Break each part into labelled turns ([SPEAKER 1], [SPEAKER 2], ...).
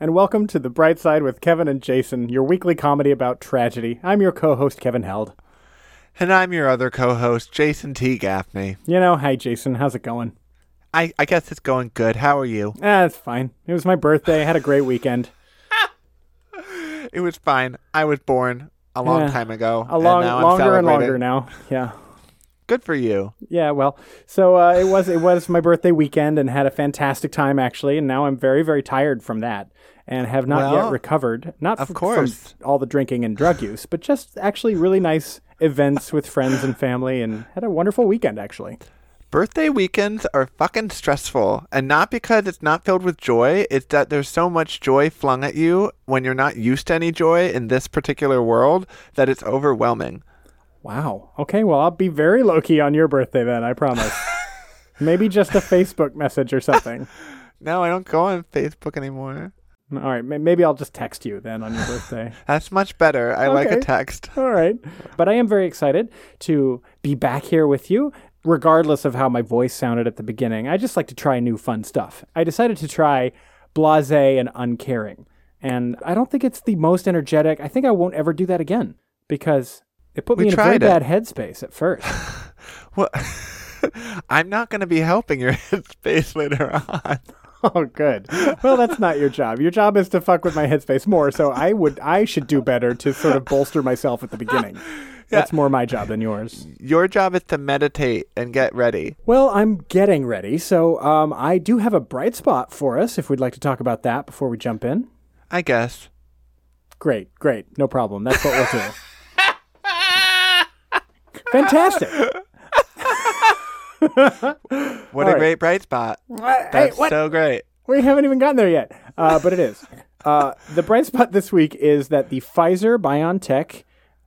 [SPEAKER 1] and welcome to The Bright Side with Kevin and Jason, your weekly comedy about tragedy. I'm your co host, Kevin Held.
[SPEAKER 2] And I'm your other co host, Jason T. Gaffney.
[SPEAKER 1] You know, hi, Jason. How's it going?
[SPEAKER 2] I, I guess it's going good. How are you?
[SPEAKER 1] Ah, it's fine. It was my birthday. I had a great weekend.
[SPEAKER 2] It was fine. I was born a long
[SPEAKER 1] Yeah.
[SPEAKER 2] time ago.
[SPEAKER 1] A long,
[SPEAKER 2] now I'm
[SPEAKER 1] longer and
[SPEAKER 2] celebrating.
[SPEAKER 1] longer now. Yeah.
[SPEAKER 2] Good for you.
[SPEAKER 1] Yeah, well, so uh, it was it was my birthday weekend and had a fantastic time actually, and now I'm very very tired from that and have not yet
[SPEAKER 2] Well,
[SPEAKER 1] recovered. Not
[SPEAKER 2] of
[SPEAKER 1] f-
[SPEAKER 2] course.
[SPEAKER 1] from all the drinking and drug use, but just actually really nice events with friends and family, and had a wonderful weekend actually.
[SPEAKER 2] Birthday weekends are fucking stressful. And not because it's not filled with joy, it's that there's so much joy flung at you when you're not used to any joy in this particular world that it's overwhelming.
[SPEAKER 1] Wow. Okay, well I'll be very low key on your birthday then. I promise. Maybe just a Facebook message or something.
[SPEAKER 2] No, I don't go on Facebook anymore.
[SPEAKER 1] All right, may- maybe I'll just text you then on your birthday.
[SPEAKER 2] That's much better. I like a
[SPEAKER 1] Okay.
[SPEAKER 2] text.
[SPEAKER 1] All right. But I am very excited to be back here with you, regardless of how my voice sounded at the beginning. I just like to try new fun stuff. I decided to try blase and uncaring. And I don't think it's the most energetic. I think I won't ever do that again because it put
[SPEAKER 2] We
[SPEAKER 1] me in a very
[SPEAKER 2] tried it.
[SPEAKER 1] bad headspace at first.
[SPEAKER 2] Well, I'm not going to be helping your headspace later on.
[SPEAKER 1] oh, good. Well, that's not your job. Your job is to fuck with my headspace more. So I would, I should do better to sort of bolster myself at the beginning. That's more my job than yours.
[SPEAKER 2] Your job is to meditate and get ready.
[SPEAKER 1] Well, I'm getting ready, so um, I do have a bright spot for us if we'd like to talk about that before we jump in.
[SPEAKER 2] I guess.
[SPEAKER 1] Great, great, no problem. That's what we'll do. Fantastic.
[SPEAKER 2] What
[SPEAKER 1] All
[SPEAKER 2] a
[SPEAKER 1] right.
[SPEAKER 2] great bright spot.
[SPEAKER 1] Hey,
[SPEAKER 2] That's
[SPEAKER 1] what?
[SPEAKER 2] so great.
[SPEAKER 1] We haven't even gotten there yet, uh, but it is. Uh, the bright spot this week is that the Pfizer BioNTech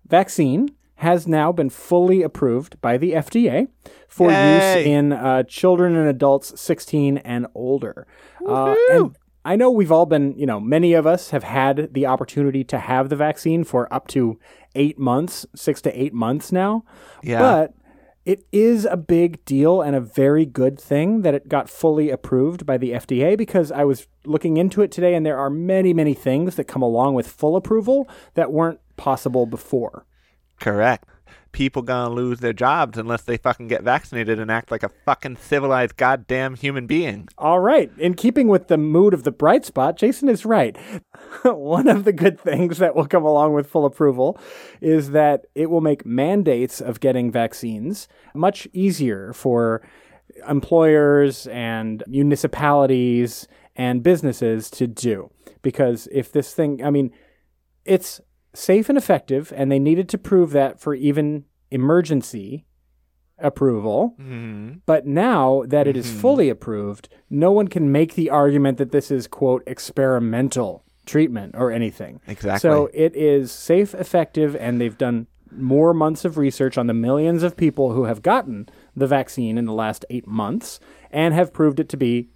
[SPEAKER 1] vaccine has now been fully approved by the FDA for use
[SPEAKER 2] Yay.
[SPEAKER 1] in uh, children and adults 16 and older. Uh, and I know we've all been, you know, many of us have had the opportunity to have the vaccine for up to eight months, six to eight months now.
[SPEAKER 2] Yeah.
[SPEAKER 1] But it is a big deal and a very good thing that it got fully approved by the FDA because I was looking into it today and there are many, many things that come along with full approval that weren't possible before.
[SPEAKER 2] Correct. People gonna lose their jobs unless they fucking get vaccinated and act like a fucking civilized goddamn human being.
[SPEAKER 1] All right. In keeping with the mood of the bright spot, Jason is right. One of the good things that will come along with full approval is that it will make mandates of getting vaccines much easier for employers and municipalities and businesses to do. Because if this thing, I mean, it's safe and effective, and they needed to prove that for even emergency approval.
[SPEAKER 2] hmm
[SPEAKER 1] But now that it is fully approved, no one can make the argument that this is, quote, experimental treatment or anything.
[SPEAKER 2] Exactly.
[SPEAKER 1] So it is safe, effective, and they've done more months of research on the millions of people who have gotten the vaccine in the last eight months and have proved it to be,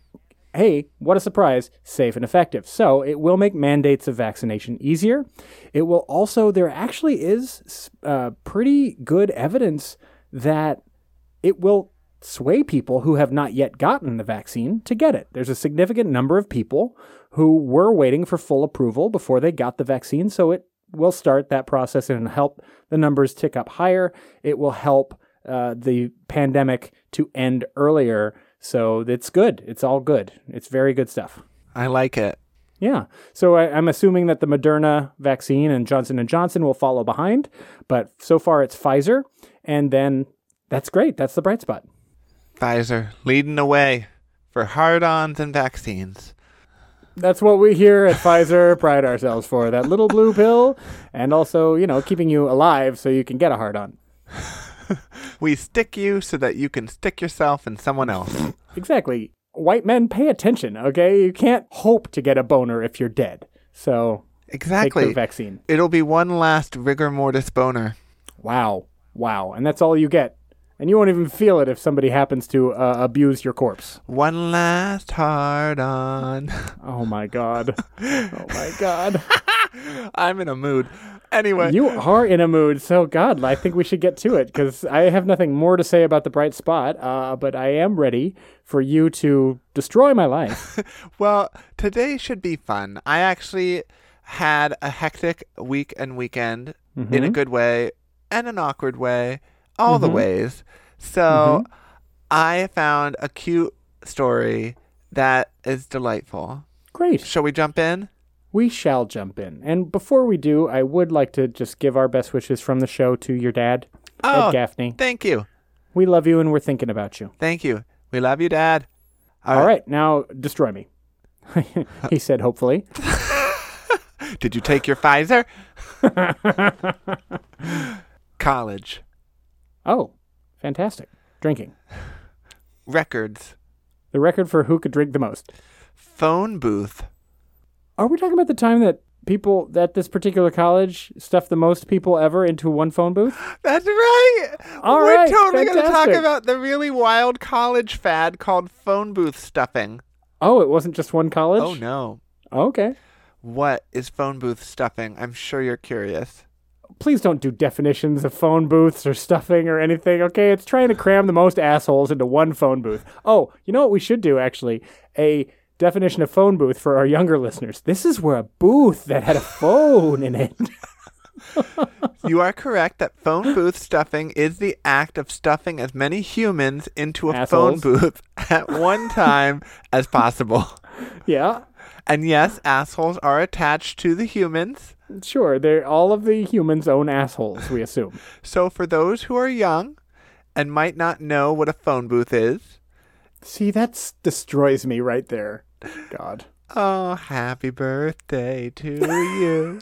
[SPEAKER 1] hey, what a surprise, safe and effective. So it will make mandates of vaccination easier. It will also, there actually is uh, pretty good evidence that it will sway people who have not yet gotten the vaccine to get it. There's a significant number of people who were waiting for full approval before they got the vaccine, so it will start that process and help the numbers tick up higher. It will help uh, the pandemic to end earlier. So it's good. It's all good. It's very good stuff.
[SPEAKER 2] I like it.
[SPEAKER 1] Yeah. So I, I'm assuming that the Moderna vaccine and Johnson and Johnson will follow behind, but so far it's Pfizer, and then that's great. That's the bright spot.
[SPEAKER 2] Pfizer leading the way for hard-ons and vaccines.
[SPEAKER 1] That's what we here at Pfizer pride ourselves for that little blue pill, and also, you know, keeping you alive so you can get a hard on.
[SPEAKER 2] We stick you so that you can stick yourself in someone else.
[SPEAKER 1] Exactly. White men, pay attention, okay? You can't hope to get a boner if you're dead. So
[SPEAKER 2] Exactly.
[SPEAKER 1] Take the vaccine.
[SPEAKER 2] It'll be one last rigor mortis boner.
[SPEAKER 1] Wow. Wow. And that's all you get. And you won't even feel it if somebody happens to uh, abuse your corpse.
[SPEAKER 2] One last hard on.
[SPEAKER 1] Oh my God. oh my God.
[SPEAKER 2] I'm in a mood. Anyway,
[SPEAKER 1] You are in a mood, so God, I think we should get to it because I have nothing more to say about the bright spot, uh, but I am ready for you to destroy my life.
[SPEAKER 2] well, today should be fun. I actually had a hectic week and weekend in a good way and an awkward way, all the ways. So I found a cute story that is delightful.
[SPEAKER 1] Great.
[SPEAKER 2] Shall we jump in?
[SPEAKER 1] We shall jump in. And before we do, I would like to just give our best wishes from the show to your dad,
[SPEAKER 2] Oh,
[SPEAKER 1] Ed Gaffney.
[SPEAKER 2] Thank you.
[SPEAKER 1] We love you and we're thinking about you.
[SPEAKER 2] Thank you. We love you, Dad.
[SPEAKER 1] All right, now destroy me. he said, hopefully.
[SPEAKER 2] Did you take your Pfizer? College.
[SPEAKER 1] Oh, fantastic. Drinking.
[SPEAKER 2] Records.
[SPEAKER 1] The record for who could drink the most.
[SPEAKER 2] Phone booth.
[SPEAKER 1] Are we talking about the time that people at this particular college stuffed the most people ever into one phone booth?
[SPEAKER 2] That's right.
[SPEAKER 1] All
[SPEAKER 2] We're
[SPEAKER 1] right,
[SPEAKER 2] totally going to talk
[SPEAKER 1] fantastic.
[SPEAKER 2] about the really wild college fad called phone booth stuffing.
[SPEAKER 1] Oh, it wasn't just one college?
[SPEAKER 2] Oh, no.
[SPEAKER 1] Okay.
[SPEAKER 2] What is phone booth stuffing? I'm sure you're curious.
[SPEAKER 1] Please don't do definitions of phone booths or stuffing or anything, okay? It's trying to cram the most assholes into one phone booth. Oh, you know what we should do, actually? A definition of phone booth for our younger listeners. This is where a booth that had a phone in it.
[SPEAKER 2] you are correct that phone booth stuffing is the act of stuffing as many humans into a
[SPEAKER 1] Assholes.
[SPEAKER 2] phone booth at one time as possible.
[SPEAKER 1] yeah,
[SPEAKER 2] And yes, assholes are attached to the humans.
[SPEAKER 1] sure. They're all of the humans' own assholes, we assume.
[SPEAKER 2] So for those who are young and might not know what a phone booth is,
[SPEAKER 1] See, that destroys me right there. God.
[SPEAKER 2] oh, happy birthday to you.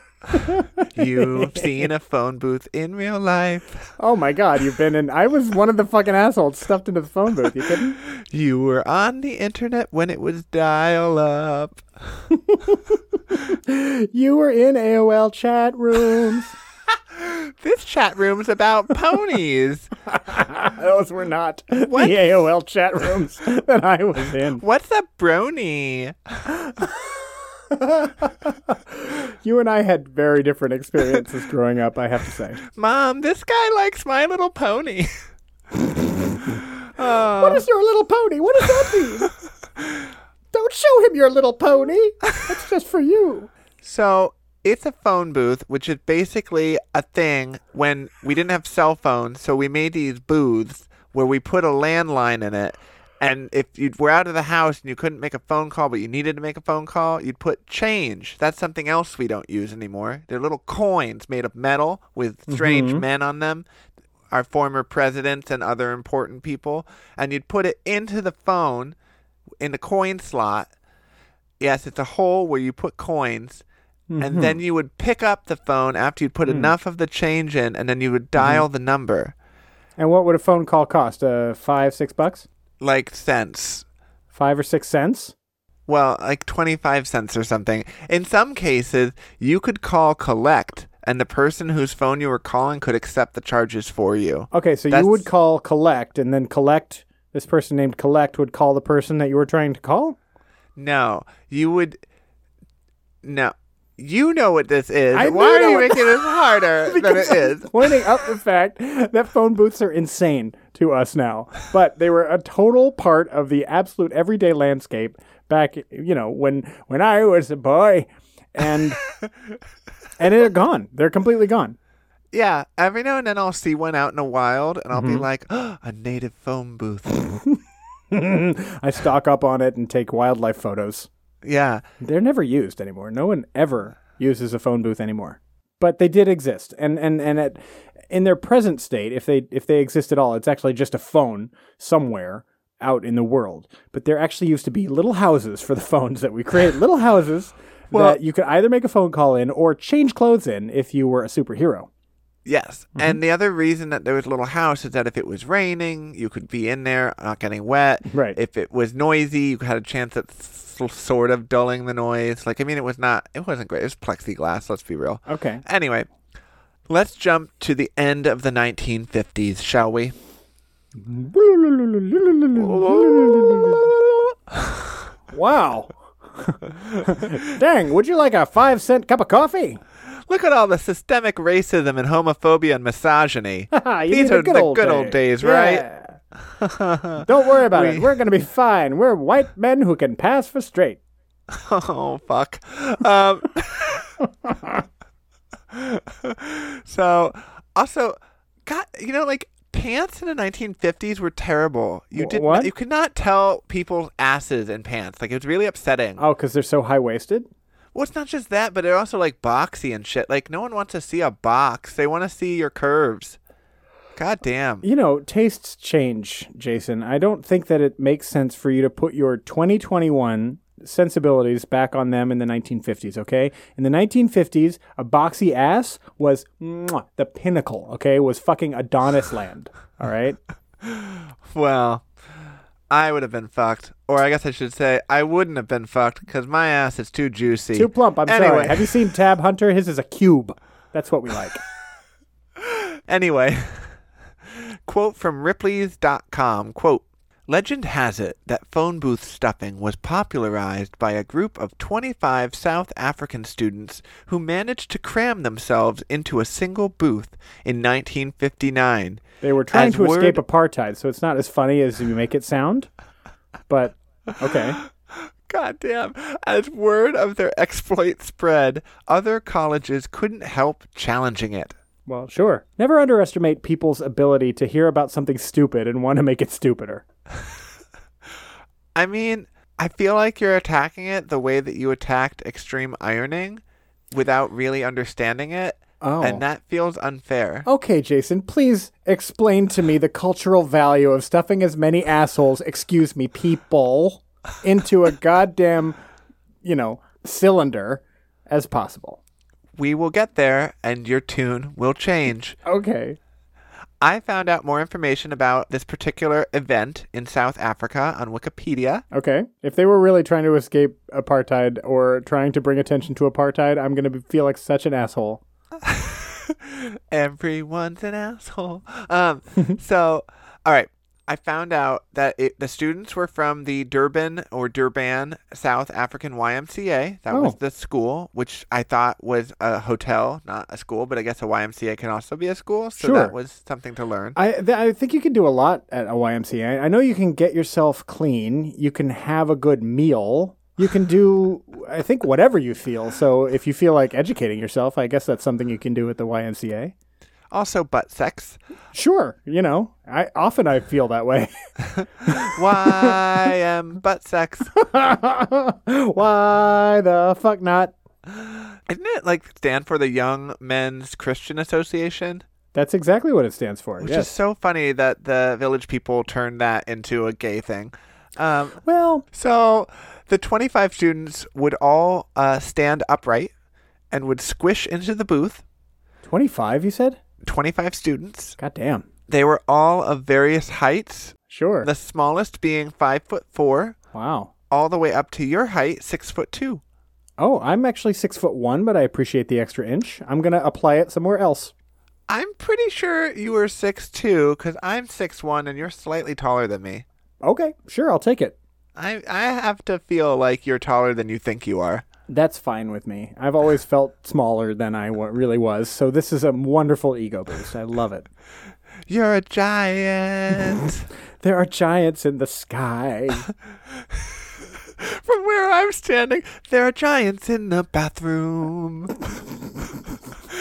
[SPEAKER 2] You've seen a phone booth in real life.
[SPEAKER 1] Oh my God, you've been in. I was one of the fucking assholes stuffed into the phone booth. You kidding?
[SPEAKER 2] You were on the internet when it was dial up.
[SPEAKER 1] You were in AOL chat rooms.
[SPEAKER 2] This chat room's about ponies.
[SPEAKER 1] Those were not the AOL chat rooms that I was in.
[SPEAKER 2] What's a brony?
[SPEAKER 1] You and I had very different experiences growing up, I have to say.
[SPEAKER 2] Mom, this guy likes My Little Pony.
[SPEAKER 1] What is your little pony? What does that mean? Don't show him your little pony. That's just for you.
[SPEAKER 2] So it's a phone booth, which is basically a thing when we didn't have cell phones, so we made these booths where we put a landline in it. And if you were out of the house and you couldn't make a phone call, but you needed to make a phone call, you'd put change. That's something else we don't use anymore. They're little coins made of metal with strange men on them, our former presidents and other important people. And you'd put it into the phone in the coin slot, Yes, it's a hole where you put coins,
[SPEAKER 1] Mm-hmm.
[SPEAKER 2] and then you would pick up the phone after you'd put
[SPEAKER 1] Mm.
[SPEAKER 2] enough of the change in, and then you would dial
[SPEAKER 1] Mm-hmm.
[SPEAKER 2] the number,
[SPEAKER 1] And what would a phone call cost? Uh, five, six bucks?
[SPEAKER 2] like cents.
[SPEAKER 1] Five or six cents?
[SPEAKER 2] Well, like 25 cents or something. In some cases, you could call collect, and the person whose phone you were calling could accept the charges for you.
[SPEAKER 1] Okay, so
[SPEAKER 2] That's-
[SPEAKER 1] you would call collect, and then collect. This person named collect would call the person that you were trying to call.
[SPEAKER 2] No, you would. No. You know what this is.
[SPEAKER 1] I
[SPEAKER 2] Why
[SPEAKER 1] do
[SPEAKER 2] are
[SPEAKER 1] know
[SPEAKER 2] you
[SPEAKER 1] what-
[SPEAKER 2] making this harder than it is?
[SPEAKER 1] Pointing out the fact that phone booths are insane to us now, but they were a total part of the absolute everyday landscape back, you know, when when I was a boy, and and they're gone. They're completely gone.
[SPEAKER 2] Yeah, every now and then I'll see one out in the wild, and I'll be
[SPEAKER 1] Mm-hmm.
[SPEAKER 2] like, "Oh, a native phone booth.
[SPEAKER 1] I stock up on it and take wildlife photos.
[SPEAKER 2] yeah,
[SPEAKER 1] They're never used anymore. No one ever uses a phone booth anymore. But they did exist, and and and at, in their present state, if they if they exist at all, it's actually just a phone somewhere out in the world. But there actually used to be little houses for the phones that we created. little houses
[SPEAKER 2] Well-
[SPEAKER 1] that you could either make a phone call in or change clothes in if you were a superhero.
[SPEAKER 2] Yes.
[SPEAKER 1] Mm-hmm.
[SPEAKER 2] And the other reason that there was a little house is that if it was raining, you could be in there not getting wet.
[SPEAKER 1] Right.
[SPEAKER 2] If it was noisy, you had a chance at s- sort of dulling the noise. Like, I mean, it was not, it wasn't great. It was plexiglass, let's be real.
[SPEAKER 1] Okay.
[SPEAKER 2] Anyway, let's jump to the end of the 1950s, shall we?
[SPEAKER 1] Wow. Dang, would you like a five cent cup of coffee?
[SPEAKER 2] Look at all the systemic racism and homophobia and misogyny.
[SPEAKER 1] You need
[SPEAKER 2] These
[SPEAKER 1] the
[SPEAKER 2] are
[SPEAKER 1] good
[SPEAKER 2] the
[SPEAKER 1] old
[SPEAKER 2] good old
[SPEAKER 1] days.
[SPEAKER 2] days, right?
[SPEAKER 1] Yeah. Don't worry about it. We're going to be fine. We're white men who can pass for straight.
[SPEAKER 2] Oh fuck. Um, so also, God, you know, like pants in the 1950s were terrible. You
[SPEAKER 1] Wh-
[SPEAKER 2] did
[SPEAKER 1] what?
[SPEAKER 2] not you could not tell people's asses in pants. Like it was really upsetting.
[SPEAKER 1] Oh, because they're so high waisted?
[SPEAKER 2] Well, it's not just that, but they're also like boxy and shit. Like no one wants to see a box. They want to see your curves. God damn.
[SPEAKER 1] You know, tastes change, Jason. I don't think that it makes sense for you to put your 2021 sensibilities back on them in the 1950s, okay? In the 1950s, a boxy ass was mwah, the pinnacle, okay? Was fucking Adonis land, all right?
[SPEAKER 2] Well, I would have been fucked. Or I guess I should say I wouldn't have been fucked because my ass is too juicy.
[SPEAKER 1] Too plump, I'm
[SPEAKER 2] Anyway.
[SPEAKER 1] sorry. Have you seen Tab Hunter? His is a cube. That's what we like.
[SPEAKER 2] Anyway, quote from Ripley's.com quote, Legend has it that phone booth stuffing was popularized by a group of 25 South African students who managed to cram themselves into a single booth in 1959.
[SPEAKER 1] They were trying
[SPEAKER 2] As
[SPEAKER 1] to escape
[SPEAKER 2] word-
[SPEAKER 1] apartheid, so it's not as funny as you make it sound. But okay.
[SPEAKER 2] Goddamn. As word of their exploit spread, other colleges couldn't help challenging it.
[SPEAKER 1] Well, sure. Never underestimate people's ability to hear about something stupid and want to make it stupider.
[SPEAKER 2] I mean, I feel like you're attacking it the way that you attacked extreme ironing without really understanding it.
[SPEAKER 1] Oh.
[SPEAKER 2] And that feels unfair.
[SPEAKER 1] Okay, Jason, please explain to me the cultural value of stuffing as many assholes, excuse me, people, into a goddamn, you know, cylinder as possible.
[SPEAKER 2] We will get there and your tune will change.
[SPEAKER 1] Okay.
[SPEAKER 2] I found out more information about this particular event in South Africa on Wikipedia.
[SPEAKER 1] Okay. If they were really trying to escape apartheid or trying to bring attention to apartheid, I'm going to feel like such an asshole.
[SPEAKER 2] Everyone's an asshole. Um, so, all right. I found out that it, the students were from the Durban or Durban South African YMCA. That was
[SPEAKER 1] Oh.
[SPEAKER 2] the school, which I thought was a hotel, not a school, but I guess a YMCA can also be a school. So
[SPEAKER 1] Sure.
[SPEAKER 2] that was something to learn.
[SPEAKER 1] I, th- I think you can do a lot at a YMCA. I know you can get yourself clean. You can have a good meal. You can do, I think, whatever you feel. So if you feel like educating yourself, I guess that's something you can do at the YMCA.
[SPEAKER 2] Also, butt sex.
[SPEAKER 1] Sure, you know, I often I feel that way.
[SPEAKER 2] YM butt sex.
[SPEAKER 1] Why the fuck not?
[SPEAKER 2] Isn't it like stand for the Young Men's Christian Association?
[SPEAKER 1] That's exactly what it stands for.
[SPEAKER 2] Which
[SPEAKER 1] yes.
[SPEAKER 2] is so funny that the village people turned that into a gay thing. Um,
[SPEAKER 1] well,
[SPEAKER 2] So the 25 students would all uh, stand upright and would squish into the booth.
[SPEAKER 1] 25, you said?
[SPEAKER 2] 25 students.
[SPEAKER 1] God damn.
[SPEAKER 2] They were all of various heights,
[SPEAKER 1] Sure.
[SPEAKER 2] the smallest being five foot four,
[SPEAKER 1] wow.
[SPEAKER 2] all the way up to your height, six foot two.
[SPEAKER 1] Oh, I'm actually six foot one, but I appreciate the extra inch. I'm going to apply it somewhere else.
[SPEAKER 2] I'm pretty sure you were six two because I'm six one and you're slightly taller than me.
[SPEAKER 1] Okay, sure, I'll take it.
[SPEAKER 2] I I have to feel like you're taller than you think you are.
[SPEAKER 1] That's fine with me. I've always felt smaller than I wa- really was, so this is a wonderful ego boost. I love it.
[SPEAKER 2] You're a giant.
[SPEAKER 1] There are giants in the sky.
[SPEAKER 2] From where I'm standing, there are giants in the bathroom.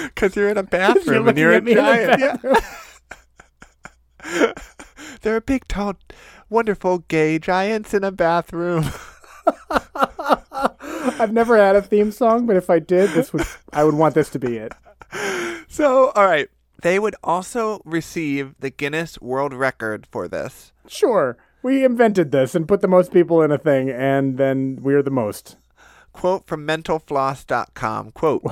[SPEAKER 2] Because you're in a bathroom and
[SPEAKER 1] looking
[SPEAKER 2] you're a
[SPEAKER 1] at me in the
[SPEAKER 2] giant. yeah. there are big, tall, wonderful gay giants in a bathroom.
[SPEAKER 1] I've never had a theme song, but if I did, this would I would want this to be it.
[SPEAKER 2] so, all right. They would also receive the Guinness World Record for this.
[SPEAKER 1] Sure. We invented this and put the most people in a thing and then we're the most.
[SPEAKER 2] Quote from mentalfloss.com. Quote,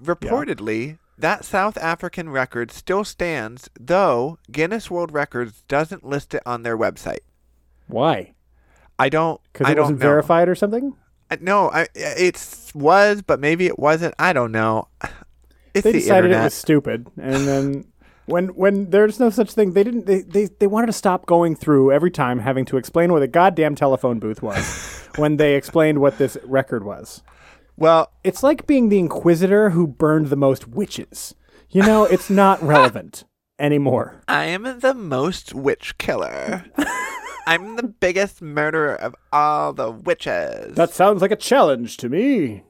[SPEAKER 2] reportedly, That South African record still stands, though Guinness World Records doesn't list it on their website.
[SPEAKER 1] Why?
[SPEAKER 2] I don't.
[SPEAKER 1] Because
[SPEAKER 2] I
[SPEAKER 1] it
[SPEAKER 2] don't
[SPEAKER 1] wasn't
[SPEAKER 2] know.
[SPEAKER 1] verified or something?
[SPEAKER 2] I- No, I it was, but maybe it wasn't. I don't know. It's
[SPEAKER 1] They
[SPEAKER 2] the
[SPEAKER 1] decided
[SPEAKER 2] internet.
[SPEAKER 1] it was stupid, and then when when there's no such thing, they didn't. They, they they wanted to stop going through every time having to explain what a goddamn telephone booth was when they explained what this record was.
[SPEAKER 2] well,
[SPEAKER 1] It's like being the Inquisitor who burned the most witches. You know, it's not relevant anymore.
[SPEAKER 2] I am the most witch killer. I'm the biggest murderer of all the witches.
[SPEAKER 1] That sounds like a challenge to me.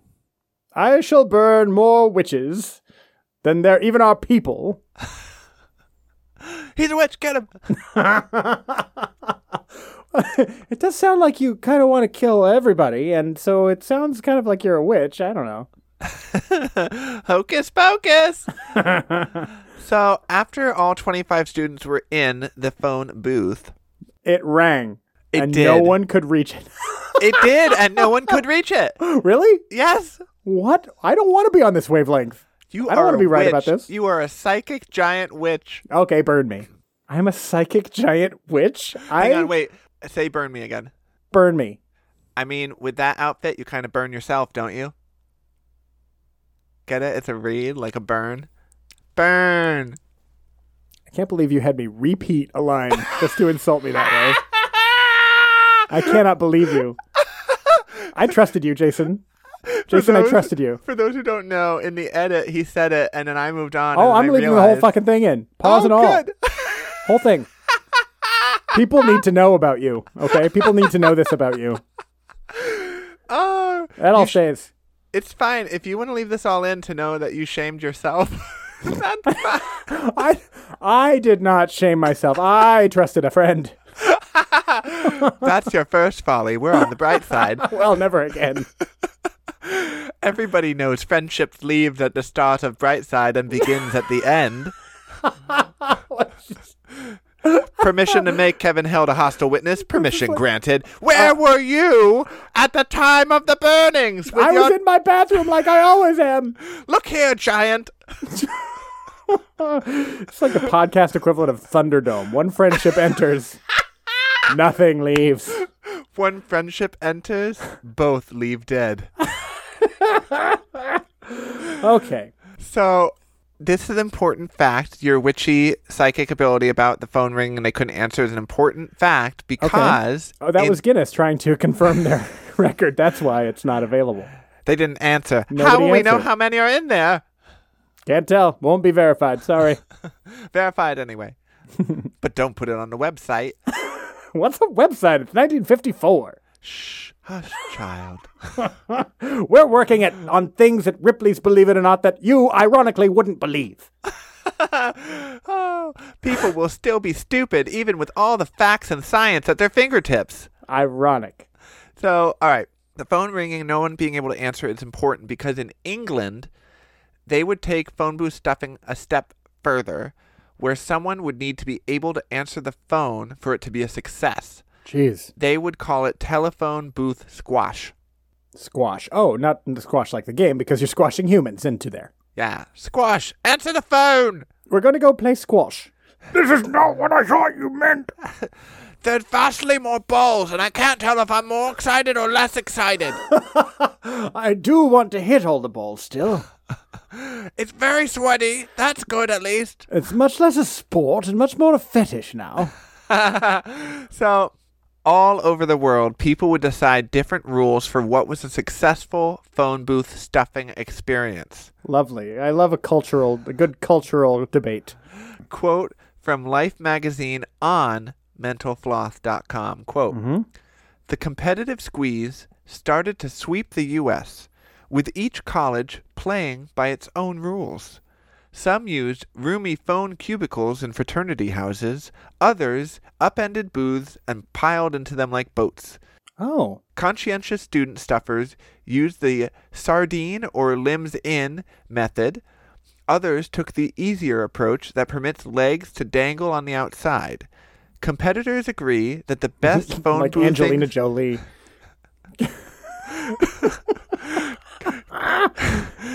[SPEAKER 1] I shall burn more witches than there even are people.
[SPEAKER 2] He's a witch. Get him.
[SPEAKER 1] it does sound like you kind of want to kill everybody, and so it sounds kind of like you're a witch. I don't know.
[SPEAKER 2] Hocus pocus. so after all 25 students were in the phone booth,
[SPEAKER 1] It rang,
[SPEAKER 2] It
[SPEAKER 1] and no
[SPEAKER 2] did.
[SPEAKER 1] one could reach it.
[SPEAKER 2] it did, and no one could reach it.
[SPEAKER 1] really?
[SPEAKER 2] Yes.
[SPEAKER 1] What? I don't want to be on this wavelength.
[SPEAKER 2] You
[SPEAKER 1] I don't
[SPEAKER 2] are
[SPEAKER 1] wanna
[SPEAKER 2] a
[SPEAKER 1] be right about
[SPEAKER 2] witch.
[SPEAKER 1] this.
[SPEAKER 2] You are a psychic giant witch.
[SPEAKER 1] Okay, burn me. I'm a psychic giant witch.
[SPEAKER 2] Hang
[SPEAKER 1] I
[SPEAKER 2] on, wait. Say burn me again.
[SPEAKER 1] burn me.
[SPEAKER 2] I mean, with that outfit, you kind of burn yourself, don't you? Get it? It's a read, like a burn. Burn.
[SPEAKER 1] I can't believe you had me repeat a line just to insult me that way. I cannot believe you. I trusted you, Jason. Jason, I
[SPEAKER 2] those-
[SPEAKER 1] trusted you.
[SPEAKER 2] For those who don't know, in the edit, he said it, and then I moved on.
[SPEAKER 1] Oh,
[SPEAKER 2] and
[SPEAKER 1] I'm
[SPEAKER 2] I
[SPEAKER 1] leaving the whole
[SPEAKER 2] realized-
[SPEAKER 1] fucking thing in. Pause
[SPEAKER 2] Oh,
[SPEAKER 1] and all.
[SPEAKER 2] good.
[SPEAKER 1] Whole thing. People need to know about you. Okay, people need to know this about you.
[SPEAKER 2] Oh,
[SPEAKER 1] That all stays.
[SPEAKER 2] it's fine. If you want to leave this all in to know that you shamed yourself, that's fine.
[SPEAKER 1] I I did not shame myself. I trusted a friend.
[SPEAKER 2] that's your first folly. We're on the bright side.
[SPEAKER 1] Well, never again.
[SPEAKER 2] Everybody knows friendships leaves at the start of bright side and begins at the end. Permission to make Kevin Held a hostile witness. Permission granted.
[SPEAKER 1] uh,
[SPEAKER 2] Where were you at the time of the burnings? With
[SPEAKER 1] I was
[SPEAKER 2] your-
[SPEAKER 1] in my bathroom like I always am.
[SPEAKER 2] Look here, giant.
[SPEAKER 1] It's like the podcast equivalent of Thunderdome. One friendship enters, nothing leaves.
[SPEAKER 2] When friendship enters, both leave dead.
[SPEAKER 1] Okay.
[SPEAKER 2] So, this is an important fact. Your witchy psychic ability about the phone ringing and they couldn't answer is an important fact because
[SPEAKER 1] Oh, that
[SPEAKER 2] in-
[SPEAKER 1] was Guinness trying to confirm their record. That's why it's not available.
[SPEAKER 2] they didn't answer. how
[SPEAKER 1] Nobody
[SPEAKER 2] will we know
[SPEAKER 1] answered.
[SPEAKER 2] how many are in there?
[SPEAKER 1] Can't tell. Won't be verified. Sorry.
[SPEAKER 2] Verify it anyway. but don't put it on the website.
[SPEAKER 1] What's a website? It's 1954.
[SPEAKER 2] Shh, hush, child.
[SPEAKER 1] We're working at, on things that Ripley's Believe It or Not that you, ironically, wouldn't believe.
[SPEAKER 2] oh, people will still be stupid even with all the facts and science at their fingertips.
[SPEAKER 1] Ironic.
[SPEAKER 2] So, all right, the phone ringing, no one being able to answer is important because in England, they would take phone booth stuffing a step further, where someone would need to be able to answer the phone for it to be a success.
[SPEAKER 1] Jeez.
[SPEAKER 2] They would call it telephone booth squash.
[SPEAKER 1] Squash. Oh, not the squash like the game because you're squashing humans into there.
[SPEAKER 2] Yeah, squash. Answer the phone.
[SPEAKER 1] We're going to go play squash. This is not what I thought you meant.
[SPEAKER 2] There's vastly more balls, and I can't tell if I'm more excited or less excited.
[SPEAKER 1] I do want to hit all the balls still.
[SPEAKER 2] it's very sweaty. That's good, at least.
[SPEAKER 1] It's much less a sport and much more a fetish now.
[SPEAKER 2] so all over the world, people would decide different rules for what was a successful phone booth stuffing experience.
[SPEAKER 1] Lovely. I love a cultural, a good cultural debate.
[SPEAKER 2] Quote from Life magazine on mentalfloss.com. Quote
[SPEAKER 1] Mm-hmm.
[SPEAKER 2] The competitive squeeze started to sweep the U.S., with each college playing by its own rules. Some used roomy phone cubicles in fraternity houses, others upended booths and piled into them like boats.
[SPEAKER 1] Oh.
[SPEAKER 2] conscientious student stuffers used the sardine or limbs in method. Others took the easier approach that permits legs to dangle on the outside. Competitors agree that the best phone
[SPEAKER 1] like
[SPEAKER 2] boothing-
[SPEAKER 1] Angelina Jolie.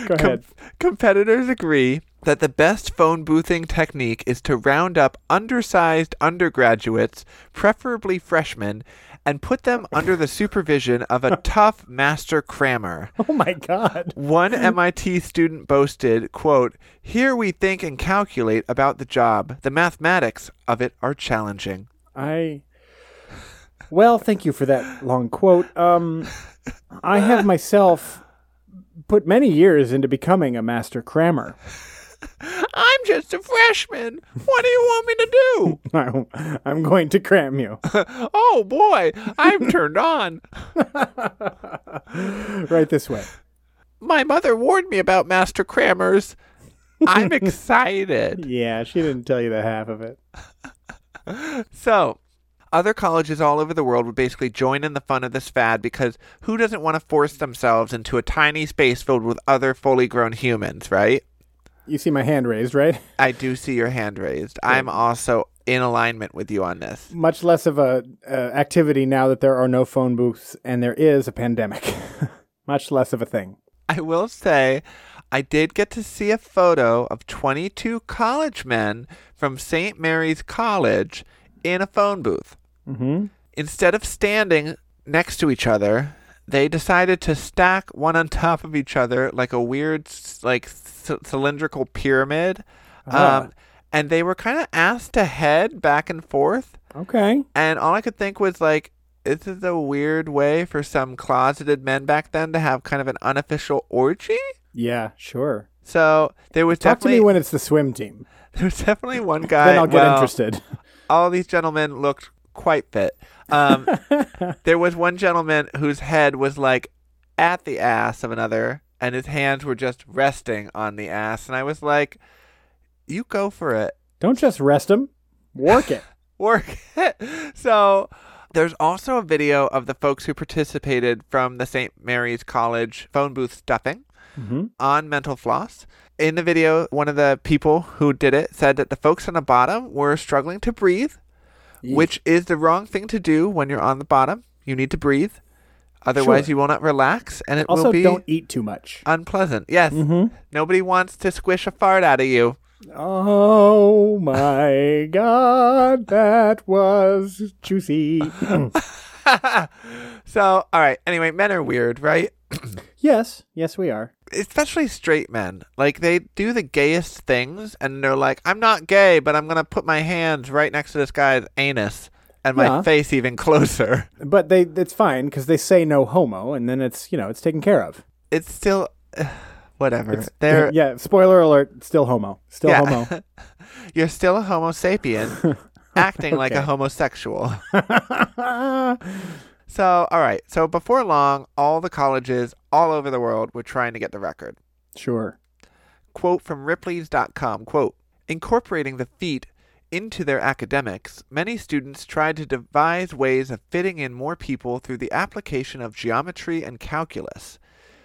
[SPEAKER 1] Go
[SPEAKER 2] com-
[SPEAKER 1] ahead.
[SPEAKER 2] competitors agree that the best phone boothing technique is to round up undersized undergraduates, preferably freshmen, and put them under the supervision of a tough master crammer.
[SPEAKER 1] Oh my God.
[SPEAKER 2] One MIT student boasted, quote, Here we think and calculate about the job. The mathematics of it are challenging.
[SPEAKER 1] I. Well, thank you for that long quote. Um, I have myself put many years into becoming a master crammer.
[SPEAKER 2] I'm just a freshman. What do you want me to do?
[SPEAKER 1] I- I'm going to cram you.
[SPEAKER 2] oh boy, I'm turned on.
[SPEAKER 1] Right this way.
[SPEAKER 2] My mother warned me about master crammers. I'm excited.
[SPEAKER 1] Yeah, she didn't tell you the half of it.
[SPEAKER 2] So, other colleges all over the world would basically join in the fun of this fad because who doesn't want to force themselves into a tiny space filled with other fully grown humans, right?
[SPEAKER 1] You see my hand raised, right?
[SPEAKER 2] I do see your hand raised. I'm also in alignment with you on this.
[SPEAKER 1] Much less of a uh, activity now that there are no phone booths and there is a pandemic. Much less of a thing.
[SPEAKER 2] I will say, I did get to see a photo of 22 college men from St. Mary's College in a phone booth.
[SPEAKER 1] Mhm.
[SPEAKER 2] Instead of standing next to each other, they decided to stack one on top of each other like a weird, s- like c- cylindrical pyramid.
[SPEAKER 1] Ah.
[SPEAKER 2] Um, and they were kind of asked to head back and forth.
[SPEAKER 1] Okay.
[SPEAKER 2] And all I could think was like, this is a weird way for some closeted men back then to have kind of an unofficial orgy.
[SPEAKER 1] Yeah, sure.
[SPEAKER 2] So there was
[SPEAKER 1] Talk to me
[SPEAKER 2] definitely
[SPEAKER 1] when it's the swim team.
[SPEAKER 2] there was definitely one guy.
[SPEAKER 1] then I'll get
[SPEAKER 2] well,
[SPEAKER 1] interested.
[SPEAKER 2] All these gentlemen looked quite fit. Um, there was one gentleman whose head was like at the ass of another, and his hands were just resting on the ass. And I was like, "You go for it."
[SPEAKER 1] Don't just rest them, work it.
[SPEAKER 2] work it. So there's also a video of the folks who participated from the St. Mary's College phone booth stuffing
[SPEAKER 1] Mhm.
[SPEAKER 2] on mental floss. In the video, one of the people who did it said that the folks on the bottom were struggling to breathe, which is the wrong thing to do when you're on the bottom. You need to breathe. Otherwise,
[SPEAKER 1] Sure.
[SPEAKER 2] you will not relax and it
[SPEAKER 1] also,
[SPEAKER 2] will be
[SPEAKER 1] don't Mm-hmm. eat too much.
[SPEAKER 2] unpleasant. Yes. Nobody wants to squish a fart out of you.
[SPEAKER 1] Oh my god, that was juicy.
[SPEAKER 2] so, all right. Anyway, men are weird, right?
[SPEAKER 1] yes, yes, we are.
[SPEAKER 2] especially straight men like they do the gayest things and they're like i'm not gay but i'm gonna put my hands right next to this guy's anus and my
[SPEAKER 1] Yeah.
[SPEAKER 2] face even closer
[SPEAKER 1] But they it's fine because they say no homo and then it's, you know, it's taken care of.
[SPEAKER 2] it's still whatever they're
[SPEAKER 1] yeah, spoiler alert, still homo. Still
[SPEAKER 2] Yeah.
[SPEAKER 1] homo.
[SPEAKER 2] you're still a homo sapien acting like a
[SPEAKER 1] Okay.
[SPEAKER 2] homosexual so all right so before long all the colleges all over the world were trying to get the record
[SPEAKER 1] sure.
[SPEAKER 2] quote from ripleys.com quote incorporating the feet into their academics many students tried to devise ways of fitting in more people through the application of geometry and calculus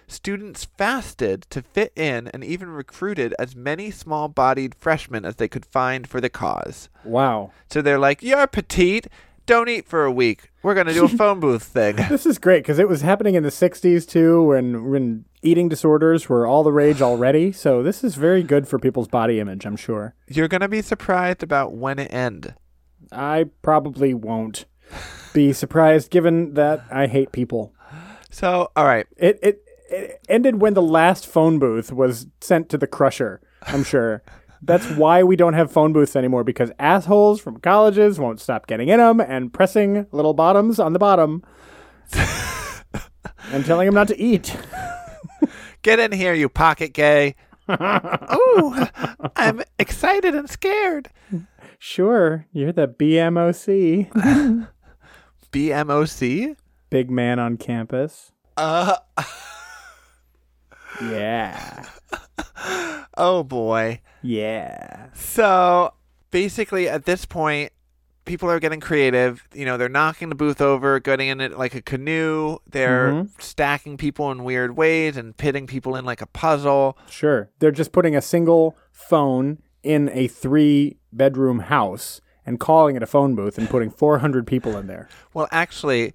[SPEAKER 2] students fasted to fit in and even recruited as many small-bodied freshmen as they could find for the cause
[SPEAKER 1] Wow.
[SPEAKER 2] so they're like you're petite don't eat for a week we're going to do a phone booth thing
[SPEAKER 1] This is great because it was happening in the 60s too when, when eating disorders were all the rage already. So this is very good for people's body image, I'm sure.
[SPEAKER 2] you're going to be surprised about when it end
[SPEAKER 1] I probably won't be surprised given that I hate people.
[SPEAKER 2] so all right
[SPEAKER 1] It, it it ended when the last phone booth was sent to the crusher, I'm sure. That's why we don't have phone booths anymore because assholes from colleges won't stop getting in them and pressing little bottoms on the bottom and telling them not to eat.
[SPEAKER 2] Get in here, you pocket gay. oh, I'm excited and scared.
[SPEAKER 1] Sure, you're the BMOC,
[SPEAKER 2] BMOC?
[SPEAKER 1] big man on campus.
[SPEAKER 2] Uh,
[SPEAKER 1] Yeah.
[SPEAKER 2] oh boy.
[SPEAKER 1] Yeah.
[SPEAKER 2] So basically, at this point, people are getting creative. You know, they're knocking the booth over, getting in it like a canoe. They're stacking people in weird ways and pitting people in like a puzzle.
[SPEAKER 1] Sure. They're just putting a single phone in a three bedroom house and calling it a phone booth and putting 400 people in there.
[SPEAKER 2] Well, actually,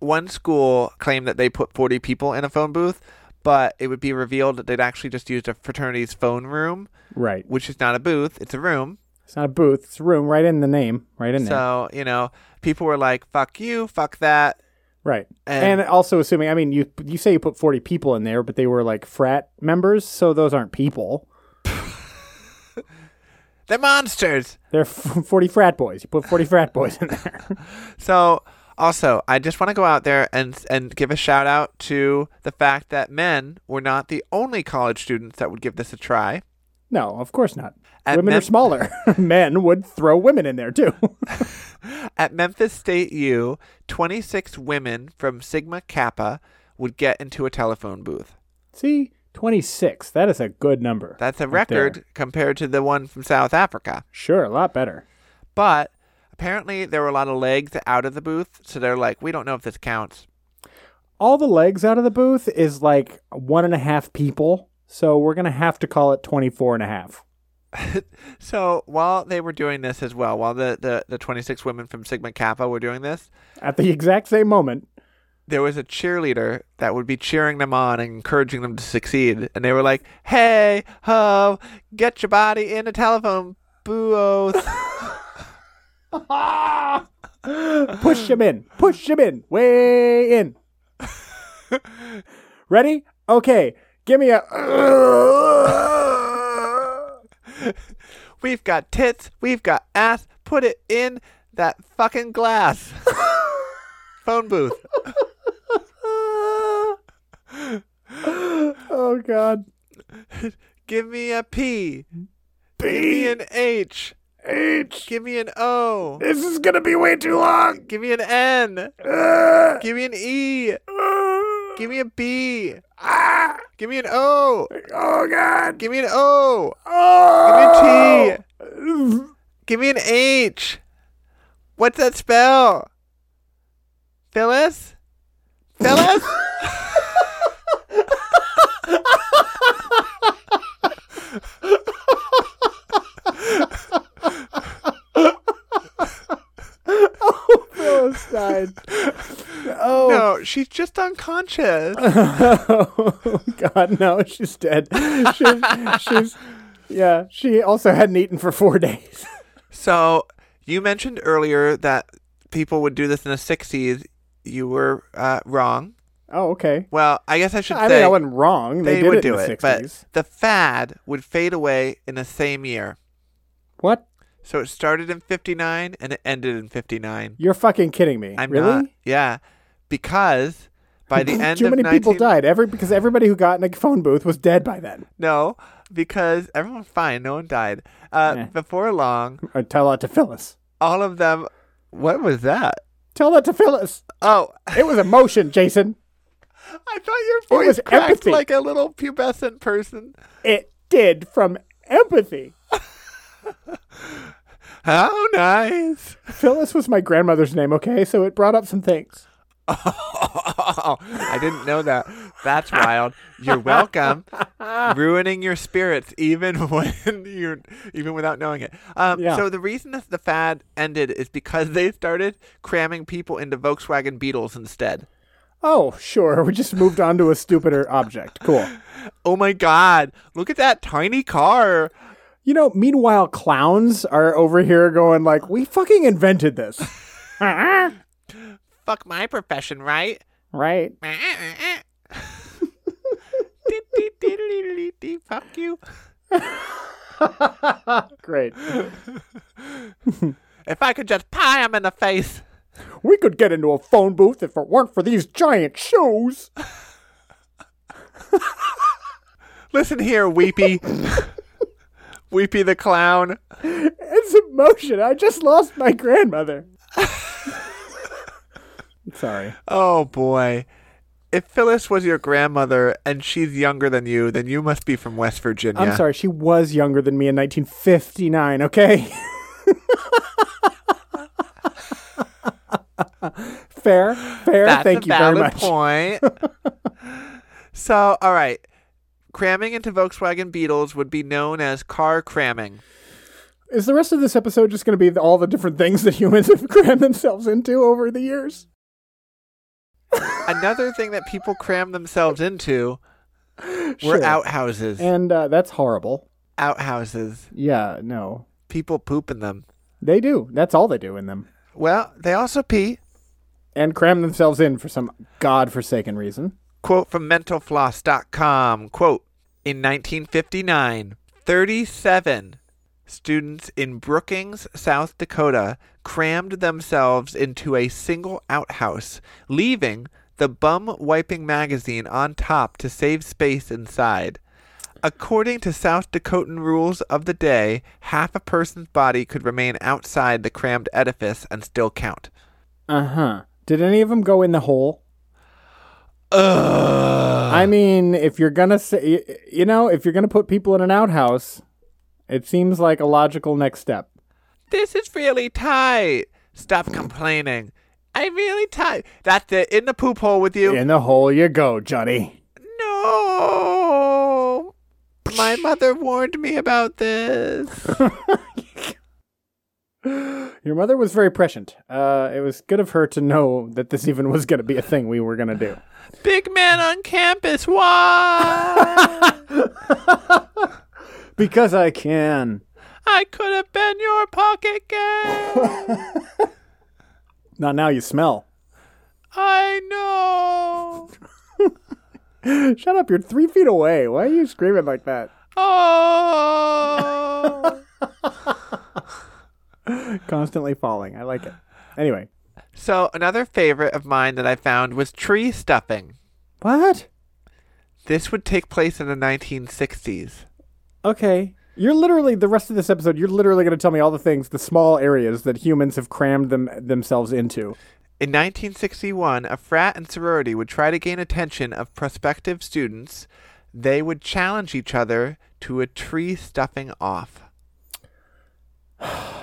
[SPEAKER 2] one school claimed that they put 40 people in a phone booth. but it would be revealed that they'd actually just used a fraternity's phone room,
[SPEAKER 1] Right.
[SPEAKER 2] which is not a booth, it's a room.
[SPEAKER 1] It's not a booth. It's a room right in the name. Right in there.
[SPEAKER 2] So, you know, people were like, fuck you, fuck that.
[SPEAKER 1] Right. And,
[SPEAKER 2] and-
[SPEAKER 1] also assuming, I mean, you you say you put 40 people in there, but they were like frat members, so those aren't people.
[SPEAKER 2] They're monsters.
[SPEAKER 1] They're f- 40 frat boys. You put 40 frat boys in there.
[SPEAKER 2] So, also, I just want to go out there and and give a shout out to the fact that men were not the only college students that would give this a try.
[SPEAKER 1] No, of course not.
[SPEAKER 2] At
[SPEAKER 1] women
[SPEAKER 2] Mem-
[SPEAKER 1] are smaller. Men would throw women in there too.
[SPEAKER 2] At Memphis State U, 26 women from Sigma Kappa would get into a telephone booth.
[SPEAKER 1] See, 26. That is a good number.
[SPEAKER 2] That's a
[SPEAKER 1] Right there.
[SPEAKER 2] record compared to the one from South Africa.
[SPEAKER 1] Sure, a lot better.
[SPEAKER 2] But apparently, there were a lot of legs out of the booth, so they're like, we don't know if this counts.
[SPEAKER 1] All the legs out of the booth is like one and a half people. So we're going to have to call it 24 and a half.
[SPEAKER 2] So while they were doing this as well, while the, the, the 26 women from Sigma Kappa were doing this,
[SPEAKER 1] At the exact same moment,
[SPEAKER 2] there was a cheerleader that would be cheering them on and encouraging them to succeed. And they were like, hey, ho, get your body in a telephone booth.
[SPEAKER 1] push him in. Push him in. Way in. Ready? Okay. Give me a.
[SPEAKER 2] we've got tits, we've got ass, put it in that fucking glass. phone booth.
[SPEAKER 1] Oh, God.
[SPEAKER 2] Give me a P. Give me an H. H. Give me an O.
[SPEAKER 1] This is going to be way too long. Oh,
[SPEAKER 2] Give me an N. Give me an E. Give me a B. Give me an O. Oh God. Give me an O. Give me a T. Give me an H. What's that spell? Phyllis. Phyllis.
[SPEAKER 1] Philistine. Oh.
[SPEAKER 2] no, she's just unconscious.
[SPEAKER 1] oh God, no, she's dead. She, she's yeah. She also hadn't eaten for four days.
[SPEAKER 2] So you mentioned earlier that people would do this in the '60s. You were uh, wrong.
[SPEAKER 1] Oh, okay.
[SPEAKER 2] Well, I guess I should
[SPEAKER 1] I
[SPEAKER 2] say
[SPEAKER 1] mean, I wasn't wrong. They,
[SPEAKER 2] they,
[SPEAKER 1] did
[SPEAKER 2] would
[SPEAKER 1] it
[SPEAKER 2] do
[SPEAKER 1] in the
[SPEAKER 2] it,
[SPEAKER 1] sixties.
[SPEAKER 2] but the fad would fade away in the same year.
[SPEAKER 1] What?
[SPEAKER 2] So it started in '59 and it ended in '59.
[SPEAKER 1] You're fucking kidding me?
[SPEAKER 2] I'm
[SPEAKER 1] really?
[SPEAKER 2] not. Yeah, because by the end
[SPEAKER 1] Too
[SPEAKER 2] of
[SPEAKER 1] many
[SPEAKER 2] 19
[SPEAKER 1] people died. Every because everybody who got in a phone booth was dead by then.
[SPEAKER 2] No, because everyone's fine. No one died. Uh,
[SPEAKER 1] Yeah.
[SPEAKER 2] Before long,
[SPEAKER 1] Or Uh, tell that to Phyllis.
[SPEAKER 2] all of them. What was that?
[SPEAKER 1] Tell that to Phyllis.
[SPEAKER 2] Oh,
[SPEAKER 1] It was emotion, Jason.
[SPEAKER 2] I thought your voice
[SPEAKER 1] was
[SPEAKER 2] cracked
[SPEAKER 1] empathy.
[SPEAKER 2] like a little pubescent person.
[SPEAKER 1] It did from empathy.
[SPEAKER 2] How nice.
[SPEAKER 1] Phyllis was my grandmother's name. Okay, so it brought up some things.
[SPEAKER 2] I didn't know that. That's wild. You're welcome. Ruining your spirits even when you're even without knowing it. Um,
[SPEAKER 1] Yeah.
[SPEAKER 2] so the reason that the fad ended is because they started cramming people into Volkswagen Beetles instead.
[SPEAKER 1] Oh, sure. We just moved on to a stupider object. Cool.
[SPEAKER 2] Oh my god, look at that tiny car.
[SPEAKER 1] You know, meanwhile, clowns are over here going like, "We fucking invented this,
[SPEAKER 2] Fuck my profession, right?
[SPEAKER 1] right?"
[SPEAKER 2] Fuck you.
[SPEAKER 1] Great.
[SPEAKER 2] If I could just pie him in the face.
[SPEAKER 1] We could get into a phone booth if it weren't for these giant shoes.
[SPEAKER 2] Listen here, Weepy. Weepy the clown.
[SPEAKER 1] It's emotion. I just lost my grandmother. Sorry.
[SPEAKER 2] Oh boy. If Phyllis was your grandmother and she's younger than you, then you must be from West Virginia.
[SPEAKER 1] I'm sorry. She was younger than me in 1959. Okay. fair. Fair.
[SPEAKER 2] That's
[SPEAKER 1] Thank
[SPEAKER 2] a
[SPEAKER 1] you very
[SPEAKER 2] valid
[SPEAKER 1] much.
[SPEAKER 2] point. so, all right. Cramming into Volkswagen Beetles would be known as car cramming.
[SPEAKER 1] Is the rest of this episode just going to be the- all the different things that humans have crammed themselves into over the years?
[SPEAKER 2] Another thing that people cram themselves into We're
[SPEAKER 1] Sure.
[SPEAKER 2] outhouses.
[SPEAKER 1] and uh, that's horrible.
[SPEAKER 2] outhouses.
[SPEAKER 1] Yeah, no,
[SPEAKER 2] People poop in them.
[SPEAKER 1] they do. That's all they do in them,
[SPEAKER 2] Well, they also pee.
[SPEAKER 1] and cram themselves in for some godforsaken reason.
[SPEAKER 2] Quote from mentalfloss.com. Quote, in 1959, 37 students in Brookings, South Dakota crammed themselves into a single outhouse, leaving the bum wiping magazine on top to save space inside. According to South Dakotan rules of the day, half a person's body could remain outside the crammed edifice and still count.
[SPEAKER 1] Uh huh. Did any of them go in the hole?
[SPEAKER 2] Ugh.
[SPEAKER 1] I mean, if you're gonna say, y- you know, if you're gonna put people in an outhouse, it seems like a logical next step.
[SPEAKER 2] this is really tight. Stop complaining. I'm really tight. That's it. In the poop hole with you.
[SPEAKER 1] In the hole you go, Johnny.
[SPEAKER 2] No. My mother warned me about this.
[SPEAKER 1] Your mother was very prescient. Uh, it was good of her to know that this even was gonna be a thing we were gonna do.
[SPEAKER 2] Big man on campus. Why?
[SPEAKER 1] Because I can.
[SPEAKER 2] I could have been your pocket gang.
[SPEAKER 1] Not now you smell.
[SPEAKER 2] I know.
[SPEAKER 1] Shut up, you're three feet away. Why are you screaming like that?
[SPEAKER 2] Oh.
[SPEAKER 1] Constantly falling. I like it. Anyway.
[SPEAKER 2] so another favorite of mine that I found was tree stuffing.
[SPEAKER 1] What?
[SPEAKER 2] This would take place in the 1960s.
[SPEAKER 1] Okay. You're literally the rest of this episode, you're literally gonna tell me all the things, the small areas that humans have crammed them themselves into.
[SPEAKER 2] In 1961, a frat and sorority would try to gain attention of prospective students. They would challenge each other to a tree stuffing off.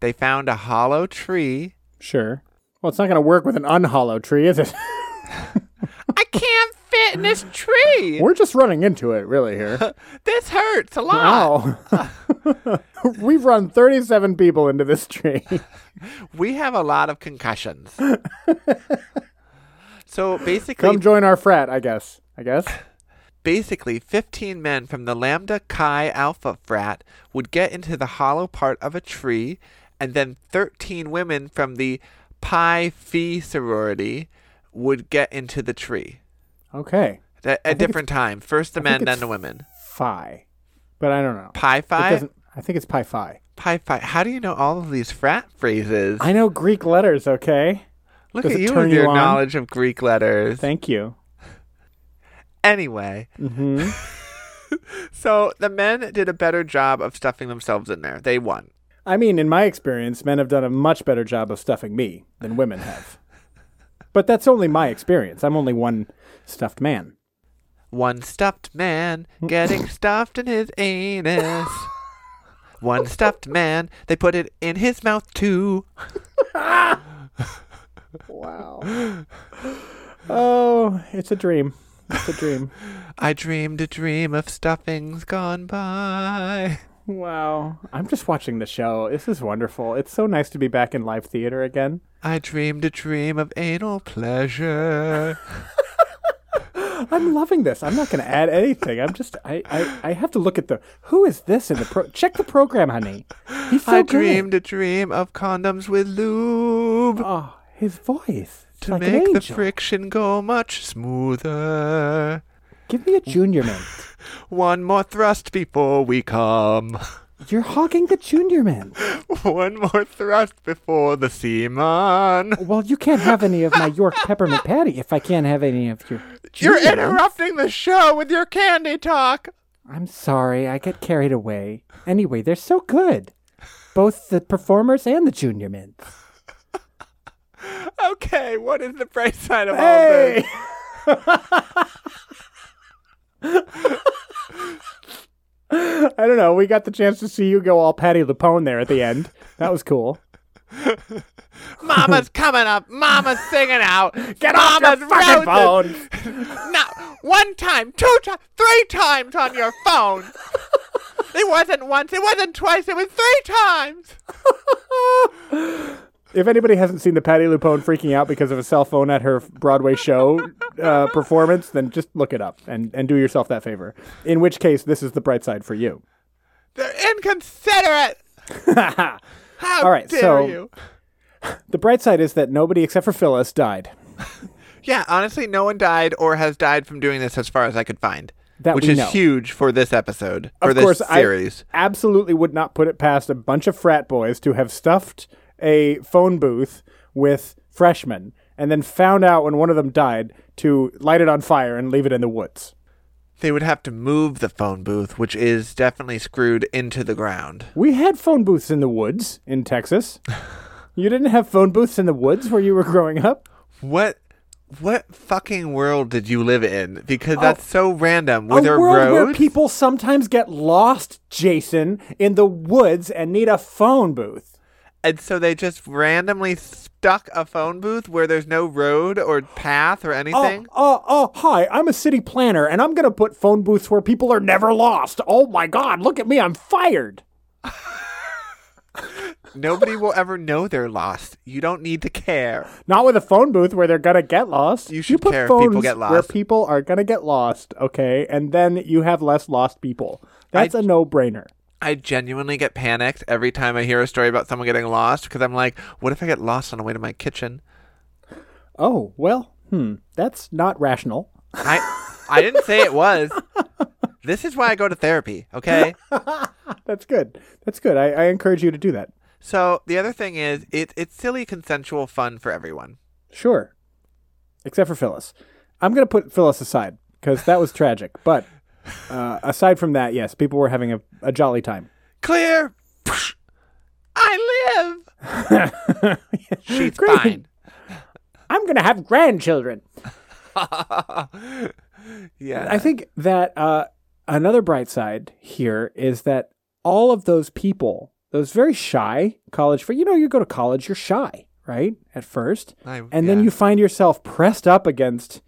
[SPEAKER 2] They found a hollow tree.
[SPEAKER 1] Sure. Well, it's not gonna work with an unhollow tree, is it?
[SPEAKER 2] I can't fit in this tree.
[SPEAKER 1] we're just running into it really here.
[SPEAKER 2] This hurts a lot.
[SPEAKER 1] Wow. We've run 37 people into this tree.
[SPEAKER 2] We have a lot of concussions. so basically,
[SPEAKER 1] Come join our frat, I guess. I guess.
[SPEAKER 2] Basically, 15 men from the Lambda Chi Alpha frat would get into the hollow part of a tree, and then 13 women from the Pi Phi sorority would get into the tree
[SPEAKER 1] Okay.
[SPEAKER 2] at a
[SPEAKER 1] think
[SPEAKER 2] different time. First the
[SPEAKER 1] I think
[SPEAKER 2] men, then
[SPEAKER 1] it's
[SPEAKER 2] the women.
[SPEAKER 1] Phi. But I don't know.
[SPEAKER 2] Pi
[SPEAKER 1] It
[SPEAKER 2] Phi?
[SPEAKER 1] doesn't, I think it's Pi Phi.
[SPEAKER 2] Pi Phi. How do you know all of these frat phrases?
[SPEAKER 1] I know Greek letters, okay?
[SPEAKER 2] Look
[SPEAKER 1] does
[SPEAKER 2] at
[SPEAKER 1] it
[SPEAKER 2] you
[SPEAKER 1] turn
[SPEAKER 2] with
[SPEAKER 1] you
[SPEAKER 2] your
[SPEAKER 1] on?
[SPEAKER 2] knowledge of Greek letters.
[SPEAKER 1] Thank you.
[SPEAKER 2] Anyway,
[SPEAKER 1] hmm
[SPEAKER 2] so the men did a better job of stuffing themselves in there. They won.
[SPEAKER 1] I mean, in my experience, men have done a much better job of stuffing me than women have. but that's only my experience. I'm only one stuffed man.
[SPEAKER 2] One stuffed man getting stuffed in his anus. One stuffed man, they put it in his mouth too.
[SPEAKER 1] Wow. oh, it's a dream. It's a dream.
[SPEAKER 2] I dreamed a dream of stuffings gone by.
[SPEAKER 1] Wow. I'm just watching the show. This is wonderful. It's so nice to be back in live theater again.
[SPEAKER 2] I dreamed a dream of anal pleasure.
[SPEAKER 1] I'm loving this. I'm not going to add anything. I'm just, I, I, I have to look at the, who is this in the pro? Check the program, honey. He's so
[SPEAKER 2] I
[SPEAKER 1] good.
[SPEAKER 2] dreamed a dream of condoms with lube
[SPEAKER 1] Oh, his voice. It's
[SPEAKER 2] to
[SPEAKER 1] like an
[SPEAKER 2] make the
[SPEAKER 1] angel.
[SPEAKER 2] friction go much smoother.
[SPEAKER 1] Give me a junior mint.
[SPEAKER 2] One more thrust before we come.
[SPEAKER 1] You're hogging the junior mint.
[SPEAKER 2] One more thrust before the seaman.
[SPEAKER 1] Well, you can't have any of my York peppermint patty if I can't have any of your.
[SPEAKER 2] You're
[SPEAKER 1] junior mint.
[SPEAKER 2] interrupting the show with your candy talk.
[SPEAKER 1] I'm sorry. I get carried away. Anyway, they're so good. Both the performers and the junior mints.
[SPEAKER 2] Okay, what is the bright side of all this?
[SPEAKER 1] I don't know. We got the chance to see you go all Patty Lapone there at the end. That was cool.
[SPEAKER 2] Mama's coming up. Mama's singing out. Get
[SPEAKER 1] off
[SPEAKER 2] Mama's
[SPEAKER 1] your fucking
[SPEAKER 2] roasted. Now, one time, two times, three times on your phone. it wasn't once. It wasn't twice. It was three times.
[SPEAKER 1] If anybody hasn't seen the Patty Lupone freaking out because of a cell phone at her Broadway show uh, performance, then just look it up and, and do yourself that favor. In which case, this is the bright side for you.
[SPEAKER 2] They're inconsiderate. How
[SPEAKER 1] All right,
[SPEAKER 2] dare
[SPEAKER 1] so-
[SPEAKER 2] you?
[SPEAKER 1] The bright side is that nobody except for Phyllis died.
[SPEAKER 2] Yeah, honestly, no one died or has died from doing this as far as I could find.
[SPEAKER 1] That
[SPEAKER 2] which
[SPEAKER 1] we
[SPEAKER 2] is
[SPEAKER 1] know.
[SPEAKER 2] huge for this episode, for
[SPEAKER 1] of
[SPEAKER 2] this
[SPEAKER 1] course,
[SPEAKER 2] series.
[SPEAKER 1] I absolutely would not put it past a bunch of frat boys to have stuffed a phone booth with freshmen and then found out when one of them died to light it on fire and leave it in the woods.
[SPEAKER 2] They would have to move the phone booth, which is definitely screwed into the ground.
[SPEAKER 1] We had phone booths in the woods in Texas. you didn't have phone booths in the woods where you were growing up?
[SPEAKER 2] What what fucking world did you live in? Because that's so random. Were
[SPEAKER 1] Oh, a
[SPEAKER 2] there
[SPEAKER 1] world where
[SPEAKER 2] roads?
[SPEAKER 1] people sometimes get lost, Jason, in the woods and need a phone booth.
[SPEAKER 2] and so they just randomly stuck a phone booth where there's no road or path or anything.
[SPEAKER 1] Oh, oh, oh, hi, I'm a city planner and I'm going to put phone booths where people are never lost. Oh my God, look at me, I'm fired.
[SPEAKER 2] Nobody will ever know they're lost. You don't need to care.
[SPEAKER 1] Not with a phone booth where they're going to get lost.
[SPEAKER 2] You should
[SPEAKER 1] put
[SPEAKER 2] care if people
[SPEAKER 1] phones
[SPEAKER 2] get
[SPEAKER 1] where
[SPEAKER 2] lost.
[SPEAKER 1] people are going to get lost, okay? And then you have less lost people. That's a no brainer.
[SPEAKER 2] I genuinely get panicked every time I hear a story about someone getting lost because I'm like, what if I get lost on the way to my kitchen?
[SPEAKER 1] Oh, well, hmm, that's not rational.
[SPEAKER 2] I I didn't say it was. This is why I go to therapy, okay?
[SPEAKER 1] That's good. That's good. I, I encourage you to do that.
[SPEAKER 2] So the other thing is it it's silly consensual fun for everyone.
[SPEAKER 1] Sure. Except for Phyllis. I'm going to put Phyllis aside because that was tragic. But uh, aside from that, yes, people were having a, a jolly time.
[SPEAKER 2] Clear Psh! I live. She's
[SPEAKER 1] Great.
[SPEAKER 2] fine.
[SPEAKER 1] I'm going to have grandchildren.
[SPEAKER 2] Yeah.
[SPEAKER 1] I think that uh, another bright side here is that all of those people, those very shy college, fr- you know, you go to college, you're shy, right? At first.
[SPEAKER 2] I-
[SPEAKER 1] and then
[SPEAKER 2] yeah.
[SPEAKER 1] you find yourself pressed up against,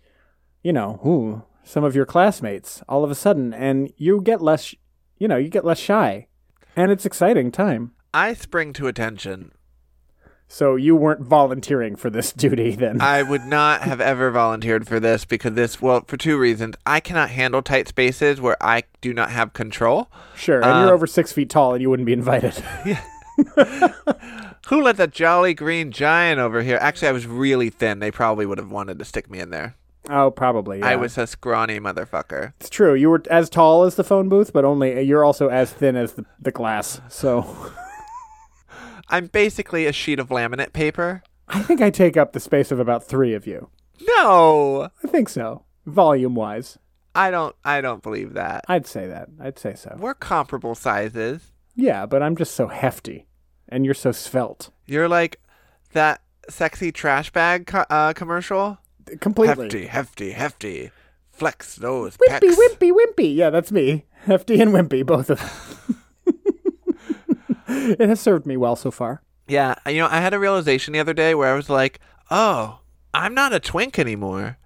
[SPEAKER 1] you know, who, some of your classmates all of a sudden, and you get less, sh- you know, you get less shy. And it's exciting time.
[SPEAKER 2] I spring to attention.
[SPEAKER 1] So you weren't volunteering for this duty then.
[SPEAKER 2] I would not have ever volunteered for this because this, well, for two reasons. I cannot handle tight spaces where I do not have control.
[SPEAKER 1] sure. And
[SPEAKER 2] uh,
[SPEAKER 1] you're over six feet tall and you wouldn't be invited.
[SPEAKER 2] Who let that jolly green giant over here? Actually, I was really thin. They probably would have wanted to stick me in there.
[SPEAKER 1] oh, probably.
[SPEAKER 2] I
[SPEAKER 1] yeah.
[SPEAKER 2] was a scrawny motherfucker.
[SPEAKER 1] It's true. You were as tall as the phone booth, but only you're also as thin as the, the glass. So
[SPEAKER 2] I'm basically a sheet of laminate paper.
[SPEAKER 1] I think I take up the space of about three of you.
[SPEAKER 2] No,
[SPEAKER 1] I think so. Volume wise,
[SPEAKER 2] I don't. I don't believe that.
[SPEAKER 1] I'd say that. I'd say so.
[SPEAKER 2] We're comparable sizes.
[SPEAKER 1] Yeah, but I'm just so hefty, and you're so svelte.
[SPEAKER 2] You're like that sexy trash bag co- uh, commercial.
[SPEAKER 1] Completely.
[SPEAKER 2] Hefty, hefty, hefty. Flex those
[SPEAKER 1] Wimpy,
[SPEAKER 2] pecs.
[SPEAKER 1] wimpy, wimpy. Yeah, that's me. Hefty and wimpy, both of them. it has served me well so far.
[SPEAKER 2] Yeah, you know, I had a realization the other day where I was like, "Oh, I'm not a twink anymore."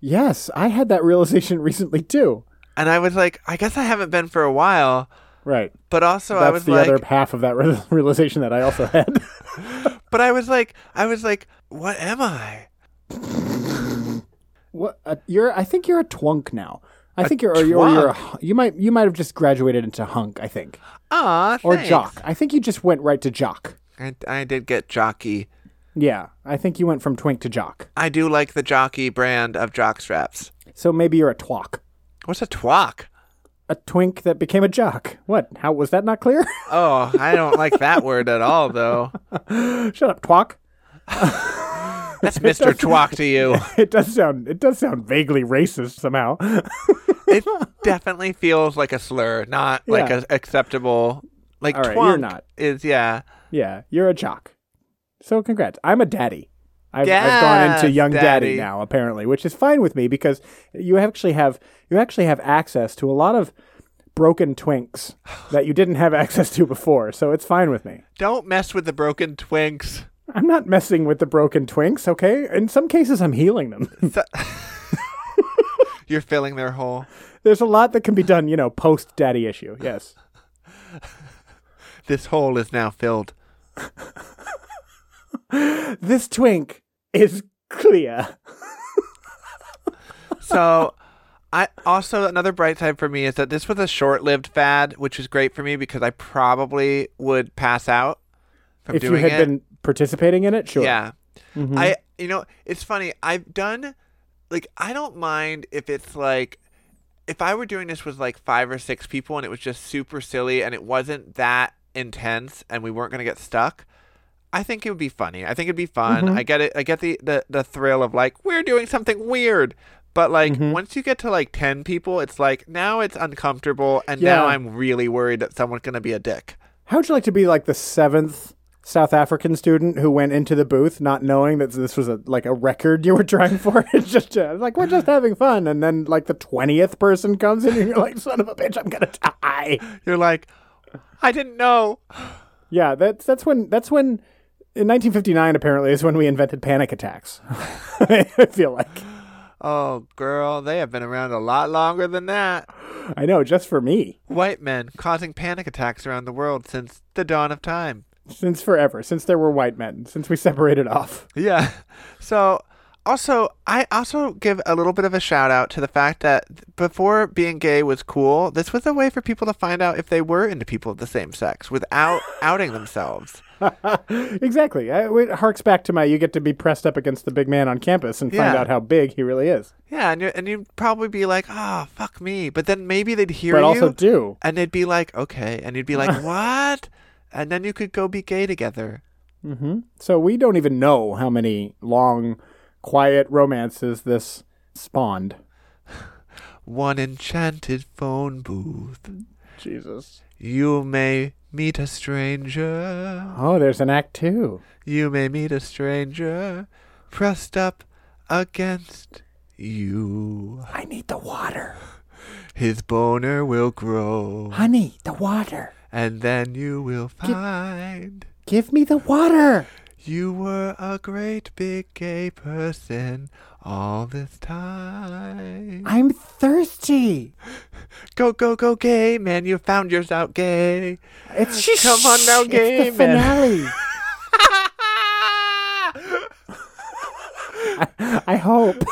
[SPEAKER 1] Yes, I had that realization recently too.
[SPEAKER 2] And I was like, "I guess I haven't been for a while."
[SPEAKER 1] Right.
[SPEAKER 2] But also, I was
[SPEAKER 1] that's the
[SPEAKER 2] like,
[SPEAKER 1] other half of that re- realization that I also had.
[SPEAKER 2] But I was like, I was like, what am I?
[SPEAKER 1] What uh, you're? I think you're a twunk now. I think you're. Or you're, or you're a,
[SPEAKER 2] twunk?
[SPEAKER 1] hu- you might. You might have just graduated into hunk. I think.
[SPEAKER 2] Ah,
[SPEAKER 1] Or jock. I think you just went right to jock.
[SPEAKER 2] I, I did get jockey.
[SPEAKER 1] Yeah, I think you went from twink to jock.
[SPEAKER 2] I do like the jockey brand of jock straps.
[SPEAKER 1] So maybe you're a twok,
[SPEAKER 2] What's a twock?
[SPEAKER 1] a twink that became a jock. What? How was that not clear?
[SPEAKER 2] Oh, I don't like that word at all, though.
[SPEAKER 1] Shut up, twok.
[SPEAKER 2] That's Mr. Twock to you.
[SPEAKER 1] It does sound. It does sound vaguely racist somehow.
[SPEAKER 2] It definitely feels like a slur, not like
[SPEAKER 1] Yeah.
[SPEAKER 2] a acceptable. Like
[SPEAKER 1] All right,
[SPEAKER 2] twonk
[SPEAKER 1] you're not.
[SPEAKER 2] is yeah.
[SPEAKER 1] yeah, you're a jock. So congrats. I'm a daddy. I've, I've gone into
[SPEAKER 2] Yes,
[SPEAKER 1] young daddy.
[SPEAKER 2] daddy.
[SPEAKER 1] now, apparently, which is fine with me because you actually have you actually have access to a lot of broken twinks that you didn't have access to before. So it's fine with me.
[SPEAKER 2] Don't mess with the broken twinks.
[SPEAKER 1] I'm not messing with the broken twinks. Okay, in some cases, I'm healing them.
[SPEAKER 2] So- you're filling their hole.
[SPEAKER 1] There's a lot that can be done, you know, post daddy issue. Yes.
[SPEAKER 2] This hole is now filled.
[SPEAKER 1] This twink is clear.
[SPEAKER 2] So, I also another bright side for me is that this was a short-lived fad, which is great for me because I probably would pass out from
[SPEAKER 1] if you
[SPEAKER 2] doing
[SPEAKER 1] had
[SPEAKER 2] it.
[SPEAKER 1] been participating in it, sure. Mm-hmm.
[SPEAKER 2] Yeah. I you know, it's funny. I've done like I don't mind if it's like if I were doing this with like five or six people and it was just super silly and it wasn't that intense and we weren't gonna get stuck, I think it would be funny. I think it'd be fun.
[SPEAKER 1] Mm-hmm.
[SPEAKER 2] I get it I get the, the the thrill of like, we're doing something weird. But like
[SPEAKER 1] Mm-hmm.
[SPEAKER 2] once you get to like ten people, it's like now it's uncomfortable and now
[SPEAKER 1] Yeah.
[SPEAKER 2] I'm really worried that someone's gonna be a dick.
[SPEAKER 1] How would you like to be like the seventh South African student who went into the booth not knowing that this was a like a record you were trying for? It's just uh, like we're just having fun, and then like the twentieth person comes in, and you're like, "Son of a bitch, I'm gonna die."
[SPEAKER 2] You're like, I didn't know.
[SPEAKER 1] Yeah, that's that's when that's when in 1959 apparently is when we invented panic attacks. I feel like
[SPEAKER 2] Oh, girl, they have been around a lot longer than that.
[SPEAKER 1] I know just for me
[SPEAKER 2] White men causing panic attacks around the world since the dawn of time.
[SPEAKER 1] since forever since there were white men since we separated off.
[SPEAKER 2] Yeah. So, also, I also give a little bit of a shout out to the fact that before being gay was cool, this was a way for people to find out if they were into people of the same sex without outing themselves.
[SPEAKER 1] exactly, I, it harks back to my you get to be pressed up against the big man on campus and find
[SPEAKER 2] Yeah.
[SPEAKER 1] out how big he really is.
[SPEAKER 2] Yeah, and, you and you'd probably be like, oh, fuck me. But then maybe they'd hear
[SPEAKER 1] but
[SPEAKER 2] you.
[SPEAKER 1] also do.
[SPEAKER 2] and they'd be like, okay. And you'd be like, what? And then you could go be gay together.
[SPEAKER 1] Mm-hmm. So we don't even know how many long, quiet romances this spawned.
[SPEAKER 2] one enchanted phone booth.
[SPEAKER 1] Jesus.
[SPEAKER 2] You may meet a stranger.
[SPEAKER 1] Oh, there's an act two.
[SPEAKER 2] You may meet a stranger pressed up against you.
[SPEAKER 1] I need the water.
[SPEAKER 2] His boner will grow,
[SPEAKER 1] Honey, the water.
[SPEAKER 2] and then you will find
[SPEAKER 1] Give me the water.
[SPEAKER 2] you were a great big gay person all this time.
[SPEAKER 1] I'm thirsty.
[SPEAKER 2] Go, go, go, gay man. You found yours out gay.
[SPEAKER 1] It's
[SPEAKER 2] Come on now, gay
[SPEAKER 1] It's the
[SPEAKER 2] man.
[SPEAKER 1] finale. I hope.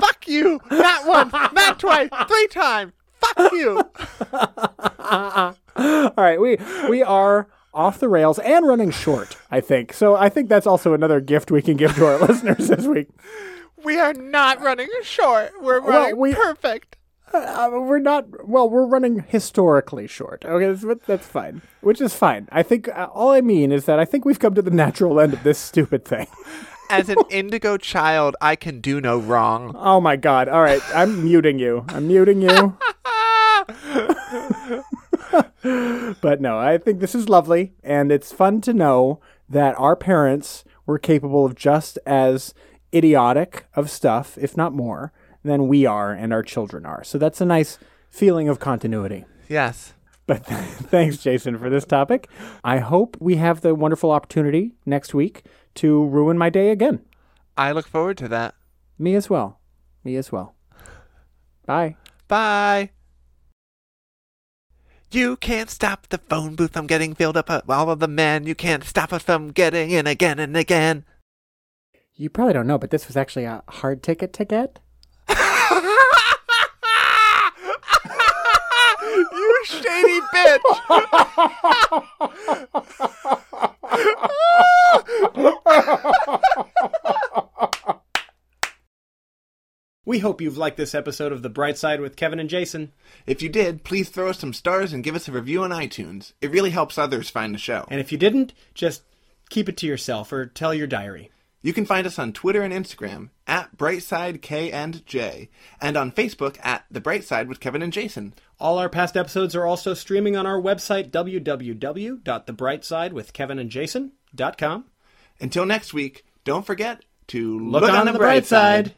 [SPEAKER 2] Fuck you! Not once, not twice, three times. Fuck you!
[SPEAKER 1] All right, we we are off the rails and running short, I think. So I think that's also another gift we can give to our listeners this week.
[SPEAKER 2] We are not running short. We're
[SPEAKER 1] Well,
[SPEAKER 2] running
[SPEAKER 1] we-
[SPEAKER 2] perfect.
[SPEAKER 1] Uh, we're not well. We're running historically short. Okay, that's, but that's fine. Which is fine. I think uh, all I mean is that I think we've come to the natural end of this stupid thing.
[SPEAKER 2] As an indigo child, I can do no wrong.
[SPEAKER 1] Oh my god! All right, I'm muting you. I'm muting you. but no, I think this is lovely, and it's fun to know that our parents were capable of just as idiotic of stuff, if not more, than we are and our children are. So that's a nice feeling of continuity.
[SPEAKER 2] Yes.
[SPEAKER 1] But thanks, Jason, for this topic. I hope we have the wonderful opportunity next week to ruin my day again.
[SPEAKER 2] I look forward to that.
[SPEAKER 1] Me as well. Me as well. Bye.
[SPEAKER 2] Bye. You can't stop the phone booth from getting filled up with all of the men. You can't stop us from getting in again and again.
[SPEAKER 1] You probably don't know, but this was actually a hard ticket to get.
[SPEAKER 2] you shady bitch!
[SPEAKER 3] We hope you've liked this episode of The Bright Side with Kevin and Jason.
[SPEAKER 4] If you did, please throw us some stars and give us a review on iTunes. It really helps others find the show.
[SPEAKER 3] And if you didn't, just keep it to yourself or tell your diary.
[SPEAKER 4] You can find us on Twitter and Instagram at Brightside K and J, and on Facebook at The Bright Side with Kevin and Jason.
[SPEAKER 3] All our past episodes are also streaming on our website, www.thebrightsidewithkevinandjason.com.
[SPEAKER 4] Until next week, don't forget to
[SPEAKER 3] Look, on, the bright side.